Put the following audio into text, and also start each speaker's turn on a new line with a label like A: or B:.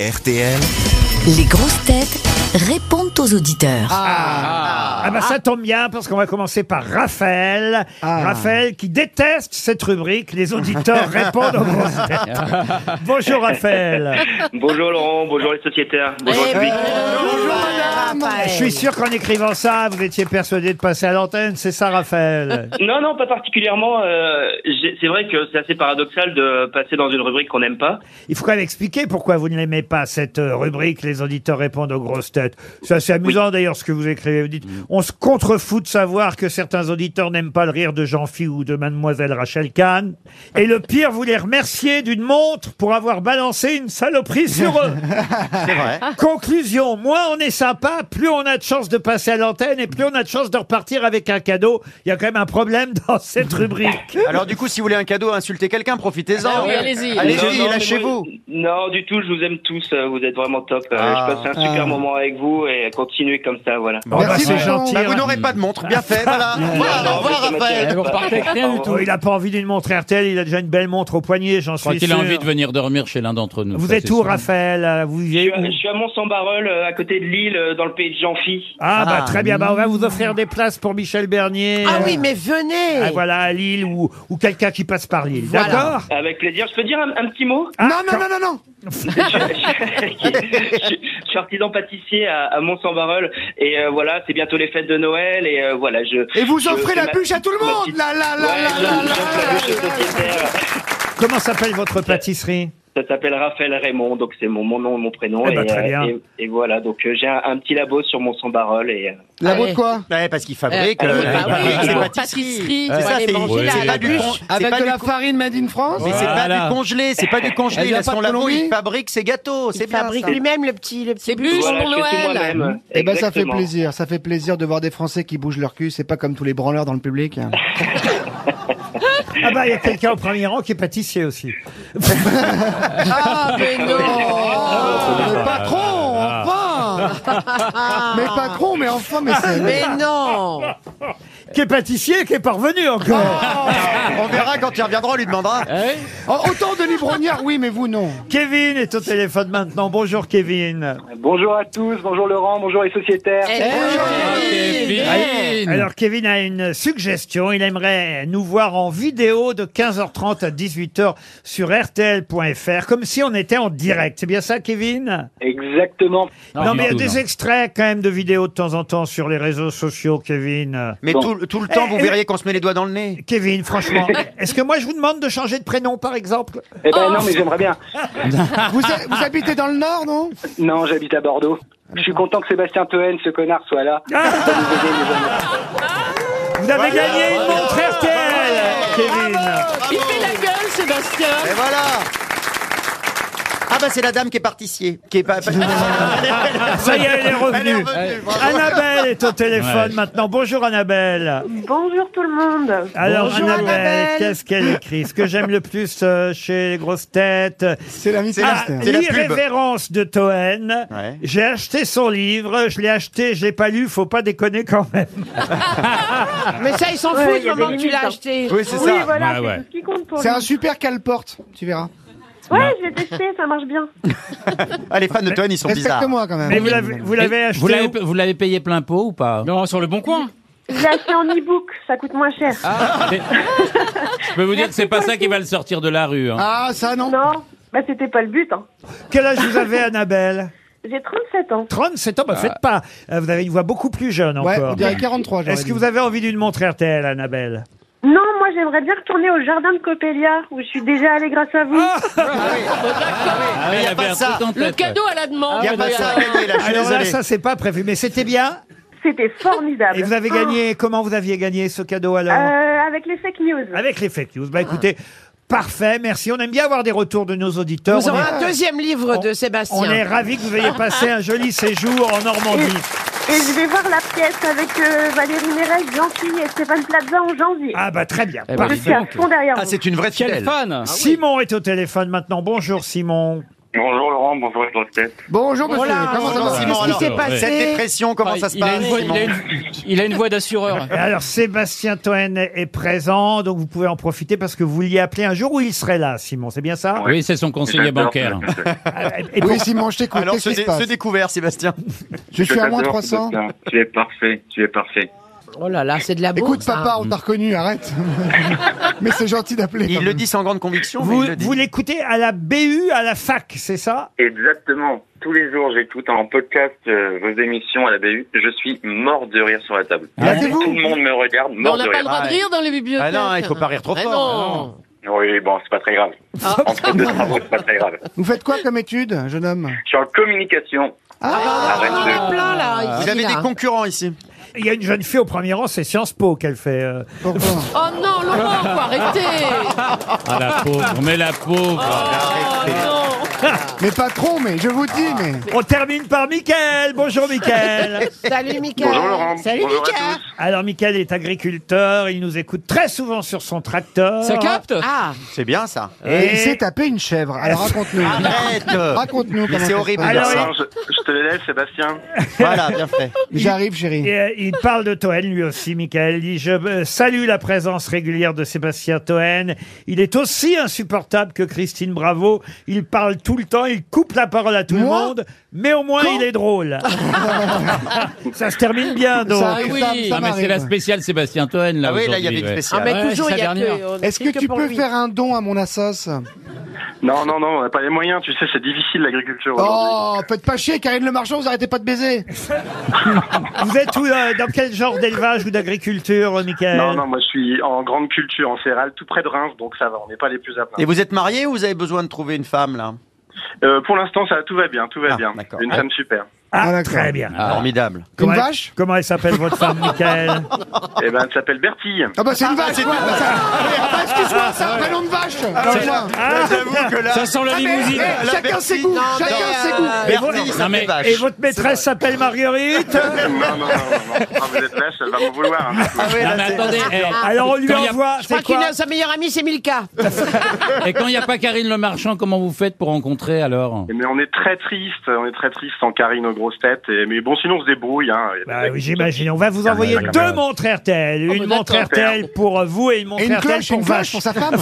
A: RTL.
B: Les grosses têtes répondent aux auditeurs.
C: Ah bah ça tombe bien parce qu'on va commencer par Raphaël. Raphaël qui déteste cette rubrique, les auditeurs répondent aux grosses têtes. Bonjour Raphaël.
D: Bonjour Laurent, bonjour les sociétaires, bonjour le public.
C: Je suis sûr qu'en écrivant ça, vous étiez persuadé de passer à l'antenne, c'est ça Raphaël
D: Non, non, pas particulièrement. euh, j'ai- c'est vrai que c'est assez paradoxal de passer dans une rubrique qu'on n'aime pas.
C: Il faut quand même expliquer pourquoi vous ne l'aimez pas cette euh, rubrique, les auditeurs répondent aux grosses têtes. C'est assez amusant d'ailleurs ce que vous écrivez. Vous dites, on se contrefout de savoir que certains auditeurs n'aiment pas le rire de Jean-Phi ou de Mademoiselle Rachel Kahn. Et le pire, vous les remerciez d'une montre pour avoir balancé une saloperie sur eux.
A: C'est vrai.
C: Conclusion, moins on est sympa, plus on a de chances de passer à l'antenne et plus on a de chances de repartir avec un cadeau. Il y a quand même un problème dans cette rubrique.
E: Alors du coup, si vous voulez un cadeau, insultez quelqu'un, profitez-en.
F: Ah oui, allez-y.
D: Non, non, mais
E: lâchez-vous.
D: moi, Non, du tout, je vous aime tous, euh, vous êtes vraiment top. Euh,
E: Ah.
D: je passe un super
F: Ah.
D: moment avec vous et continuez comme ça, voilà.
C: Bon, bah,
E: Merci,
C: c'est
E: Laurent.
C: gentil.
E: Bah, vous
C: hein.
E: n'aurez pas de montre, bien fait. Voilà. Voilà, au revoir,
D: ça m'intéresse
E: Raphaël.
F: Vous
D: pas.
F: repartez avec rien du
D: Au
F: tout.
C: Oh, il a pas envie d'une montre RTL, il a déjà une belle montre au poignet, j'en
G: Je crois
C: suis
G: qu'il a
C: sûr.
G: envie de venir dormir chez l'un d'entre nous.
C: Vous
G: ça,
C: êtes
G: c'est
C: où,
G: sûr.
C: Raphaël euh, Vous
D: Je
C: vivez
D: suis
C: où
D: à- je suis à Mont-Saint-Barreul, euh, à côté de Lille, euh, dans le pays de Jean-Phi.
C: ah, bah
F: Ah.
C: très bien, bah, on va vous offrir des places pour Michel Bernier.
F: Ah oui, mais venez
C: Ah, voilà, à Lille ou, ou quelqu'un qui passe par Lille.
F: Voilà.
C: D'accord
D: Avec plaisir, je peux dire un, un petit mot
C: Ah,
E: non, non, non, non, non.
D: je, suis- je suis artisan pâtissier à, à Mont-Saint-Barreul et euh, voilà, c'est bientôt les fêtes de Noël et euh, voilà, je...
E: Et vous offrez
D: c'est
E: la
D: ma-
E: bûche à tout le
D: ma
E: monde.
D: petite-
E: La la
D: Ouais,
E: la la la
D: j'offre- j'offre la bûche aux sociétaires.
C: Comment s'appelle votre pâtisserie
D: Ça s'appelle Raphaël Raymond, donc c'est mon, mon nom et mon prénom.
C: Eh ben, très
D: euh,
C: bien.
D: et- et voilà, donc euh, j'ai un, un petit labo sur mon sans-barol et... euh,
E: La
F: Allez.
E: boîte quoi Ouais, parce qu'il fabrique.
F: Euh,
E: euh,
F: bah
E: il
F: oui,
E: fabrique ses
F: pour
E: pâtisseries.
F: pâtisserie,
E: C'est
F: faut
E: ça,
F: aller
E: c'est
F: manger
E: c'est
F: la
E: pas du
F: bûche.
E: con- c'est
H: Avec
E: pas
H: de
E: du
H: la
E: con-
H: farine made in France
E: Mais c'est pas
G: Voilà.
E: du congelé, c'est pas du congelé.
H: Elle
E: Il
H: vient
E: a
H: pas
E: son
H: de
E: labo,
H: Colombie
E: il fabrique ses gâteaux. C'est
F: Il
E: bien
F: fabrique
E: ça.
F: lui-même le petit, le petit
B: C'est plus
F: bûche
D: voilà,
F: pour
D: je fais tout
F: Noël.
D: moi-même.
H: Eh ben ça fait
D: Exactement.
H: plaisir, ça fait plaisir de voir des Français qui bougent leur cul, c'est pas comme tous les branleurs dans le public. hein.
C: Ah bah, il y a quelqu'un au premier rang qui est pâtissier aussi.
F: Ah, mais non
H: Oh, mais patron, enfin Ah, Mais patron, mais enfin, mais c'est...
F: Mais non
C: Qui est pâtissier et qui est parvenu encore.
E: On verra quand il reviendra, on lui demandera.
H: Oh, Autant de Brognard, oui, mais vous, non.
C: Kevin est au téléphone maintenant. Bonjour, Kevin.
I: Bonjour à tous, bonjour Laurent, bonjour les sociétaires.
F: Eh,
G: Ah, Kevin.
C: Alors Kevin a une suggestion, il aimerait nous voir en vidéo de 15h30 à 18h sur rtl.fr comme si on était en direct. C'est bien ça Kevin
I: Exactement.
C: Non, mais il y a des extraits quand même de vidéos de temps en temps sur les réseaux sociaux Kevin.
E: Mais
D: Bon.
E: tout, tout le temps, vous
C: Eh,
E: verriez qu'on se met les doigts dans le nez.
C: Kevin, franchement, est-ce que moi je vous demande de changer de prénom par exemple
I: Eh
F: Oh.
I: ben non, mais j'aimerais bien.
H: Vous, ha- vous habitez dans le Nord, non
I: Non, j'habite à Bordeaux. Je suis content que Sébastien Toen, ce connard, soit là. Ça nous aide, les amis.
C: Vous avez gagné une montre RTL Kevin.
F: Il fait la gueule, Sébastien
E: Et voilà. Ah bah c'est la dame qui est pâtissier, qui est pas.
C: Ça y est, elle est
E: Elle est
C: revenue.
E: revenue, bravo.
C: Annabelle est au téléphone maintenant. Bonjour Annabelle.
J: Bonjour tout le monde.
C: Alors
F: Bonjour,
C: Annabelle,
F: Annabelle.
C: qu'est-ce qu'elle écrit Ce que j'aime le plus euh, chez les grosses têtes, ah,
H: C'est la
E: C'est la-
H: mystère.
E: c'est la pub.
C: l'irrévérence de Toen.
E: Ouais.
C: J'ai acheté son livre, je l'ai acheté, je l'ai pas lu, faut pas déconner quand même.
F: Mais ça, ils s'en
J: Ouais,
F: foutent
J: il
F: du
J: y a
F: moment
J: des
F: que tu l'as
J: limites, hein.
F: acheté.
E: Oui c'est
J: Oui,
E: ça.
J: voilà,
G: Ouais,
J: c'est
G: ouais.
J: tout ce qui compte pour
H: C'est
J: lui.
H: un super caleporte, tu verras.
J: Ouais, je l'ai testé, ça marche bien.
E: Ah, les fans de Toen ils sont bizarres.
H: Respecte-moi quand
C: Mais
H: même.
C: vous l'avez, vous l'avez acheté
G: Vous l'avez,
C: où
G: vous l'avez payé plein pot ou pas
F: Non, sur le bon coin.
J: Je l'ai acheté en e-book, ça coûte moins cher.
G: Mais- Je peux vous dire que c'est pas ça qui va le sortir de la rue. hein.
H: Ah, ça, non.
J: Non, bah c'était pas le but. Hein.
C: Quel âge vous avez Annabelle
J: J'ai 37 ans.
C: 37 ans,
E: Ah.
C: bah faites pas. Euh, Vous avez une voix beaucoup plus jeune
H: Ouais,
C: encore.
H: on dirait 43, j'aurais
C: Est-ce
H: dit.
C: que vous avez envie d'une montre RTL Annabelle
J: Non, moi j'aimerais bien retourner au jardin de Coppelia, où je suis déjà allée grâce à vous.
G: Ah ouais,
E: Mais y a
G: elle
E: pas
G: avait
E: de
G: un
E: ça.
G: truc en tête,
F: Le
G: ouais.
F: cadeau à la demande. Euh,
E: Il y a pas ça à gagner là, je suis
C: Alors là,
E: désolé.
C: ça c'est pas prévu, mais c'était bien.
J: C'était formidable.
C: Et vous avez
E: Ah.
C: gagné, comment vous aviez gagné ce cadeau alors
J: Euh, Avec les fake news.
C: Avec les fake news. Bah écoutez, parfait, merci. On aime bien avoir des retours de nos auditeurs.
F: Nous
C: on,
F: aurons
C: est,
F: un deuxième livre de Sébastien.
C: on est ravis que vous ayez passé un joli séjour en Normandie.
J: Et je vais voir la pièce avec euh, Valérie Mérez, Jean-Pierre et Stéphane Plaza en janvier.
C: Ah bah très bien,
G: Eh ben,
C: parfait.
J: je suis à fond derrière
E: Ah
J: vous.
E: c'est une vraie fidèle.
F: fan
C: Simon est au téléphone maintenant. Bonjour Simon.
I: Bonjour Laurent, bonjour les grosses têtes.
H: Bonjour monsieur,
F: Voilà,
H: comment ça
E: Bonjour,
H: va
F: qu'est-ce
E: Simon,
F: qui
E: alors,
F: s'est passé
E: Cette dépression,
G: Ah,
E: comment ça se
A: il, a
E: passe
A: une voix, il,
E: Simon
A: a une, il a une voix d'assureur.
C: Et Alors Sébastien Toen est présent, donc vous pouvez en profiter parce que vous l'y appelez un jour où il serait là, Simon, c'est bien ça Euh,
G: Oui, c'est son conseiller
I: J'adore
G: bancaire.
I: ce podcast.
C: Et pour-
H: Oui, Simon, je t'écoute.
E: Alors, ce,
H: Qu'est-ce qui se
E: dé-
H: passe
E: ce découvert, Sébastien.
H: Je suis à moins
I: J'adore ce
H: 300.
I: podcast. Tu es parfait, tu es parfait.
F: Oh là là, c'est de la hein. bourse.
H: Écoute, papa, on t'a reconnu, arrête. Mais c'est gentil d'appeler. quand
E: Il le
H: même.
E: dit sans grande conviction, mais
C: Vous,
E: il le dit.
C: vous l'écoutez à la BU, à la fac, c'est ça
I: Exactement. Tous les jours, j'écoute en podcast euh, vos émissions à la BU. Je suis mort de rire sur la table.
H: Ah, c'est
I: Tout
H: vous
I: le monde me regarde,
F: On
I: mort
F: n'a
I: de
F: pas le
I: rire.
F: droit de rire dans les bibliothèques.
E: Ah non, il faut pas rire trop
F: Mais
E: fort, Ah,
F: non.
I: Oui, bon, c'est pas très grave. Entre deux travaux, c'est pas très grave.
H: Vous faites quoi comme étude, jeune homme
I: Je suis en communication.
F: Ah,
I: Arrête
F: on en a
I: de-
F: plein là.
E: Vous
F: ici,
E: avez
F: là.
E: des concurrents ici.
C: Il y a une jeune fille au premier rang, c'est Sciences Po qu'elle fait. euh.
H: Pourquoi
F: Oh non, Laurent, faut arrêter.
G: Ah, la pauvre, mais la pauvre.
H: Mais pas trop, mais je vous dis, mais.
C: On termine par Mickaël. Bonjour Mickaël.
F: Salut Mickaël.
I: Bonjour Laurent.
F: Salut
I: Bonjour à
F: Mickaël.
I: tous.
C: Alors Mickaël est agriculteur, il nous écoute très souvent sur son tracteur.
A: Ça capte
F: Ah,
E: C'est bien ça.
H: Et il
C: Et
H: s'est tapé une chèvre. Alors raconte-nous.
E: Ah. Arrête
H: Raconte-nous
E: Mais
H: comment
E: c'est
H: ça se
E: horrible.
H: passe.
C: Alors,
E: ça.
I: Non, je, je te l'élève, Sébastien.
E: Voilà, bien fait.
H: J'arrive, chérie.
C: et, euh, il parle de Toen lui aussi, Michael. dit Je euh, salue la présence régulière de Sébastien Toen. Il est aussi insupportable que Christine Bravo. Il parle tout le temps, il coupe la parole à tout le
H: Moi
C: monde, mais au moins il est drôle. Ça se termine bien donc.
H: Ça arrive,
A: oui.
H: ça,
A: Ah,
H: ça
G: Ah, mais c'est la
H: m'arrive.
G: spéciale Sébastien Toen, là,
E: Ah oui, là, il y
G: aujourd'hui,
E: avait une
G: ouais.
E: spéciale.
F: Ah, mais
A: Ouais,
F: toujours,
A: c'est
F: il y
A: sa
F: a que.
A: dernière.
F: on-
H: Est-ce
F: c'est
H: que tu
F: pour
H: peux
F: lui.
H: faire un don à mon assos
I: Non, non, non, on n'a pas les moyens. Tu sais, c'est difficile l'agriculture aujourd'hui.
H: Oh, faites pas chier, Karine Le Marchand, vous arrêtez pas de baiser.
C: Vous êtes où, euh, dans quel genre d'élevage ou d'agriculture, euh, Michael
I: Non, non, moi je suis en grande culture, en céréales, tout près de Reims, donc ça va, on n'est pas les plus à
E: Et
I: plaindre.
E: vous êtes marié ou vous avez besoin de trouver une femme, là
I: Euh, pour l'instant, ça tout va bien, tout va
E: Ah,
I: bien.
E: d'accord.
I: Une
E: Ah.
I: femme super.
C: Ah,
H: Ah, d'accord.
C: très bien.
E: Formidable.
H: Une
C: Comment elle-
H: vache
C: Comment elle s'appelle votre femme, Michael
I: Eh ben, elle s'appelle Bertille.
H: Ah bah c'est une vache, ouais, bah, ça- Ah bah, excuse-moi, c'est un prénom de vache. Excuse-moi.
C: Ah
E: J'avoue que là...
A: Ça sent la
H: Ah, mais,
A: limousine.
H: eh, chacun ses goûts,
F: Non,
H: chacun
F: mais,
H: ses
F: euh,
H: goûts.
E: Bertie,
G: Non,
E: ça
G: mais-
E: fait vache.
C: Et votre maîtresse s'appelle Marguerite
I: Non, non, non, non, non. Ah, vous êtes lâche, elle va me vouloir. hein.
E: Ah ouais,
G: Non,
E: là,
G: mais
E: c'est-
G: attendez, eh,
C: Alors on lui
G: Quand il y a-
C: envoie,
F: Je
C: c'est
F: crois qu'il
C: quoi
F: a sa meilleure amie, c'est Milka.
G: et quand il n'y a pas Karine Le Marchand, comment vous faites pour rencontrer alors
I: Mais on est très triste, on est très triste en Karine aux grosses têtes. Et, mais bon, sinon on se débrouille. Hein. Il y a des
C: Bah
I: mecs
C: oui,
I: qui-
C: j'imagine. On va vous envoyer
G: ouais,
C: deux
G: ouais.
C: montres RTL. Une
F: bah,
C: montre
F: d'accord.
C: RTL pour euh, vous et une montre
H: Et une
C: RTL
H: cloche,
C: pour
H: une cloche
C: vache.
H: pour sa femme.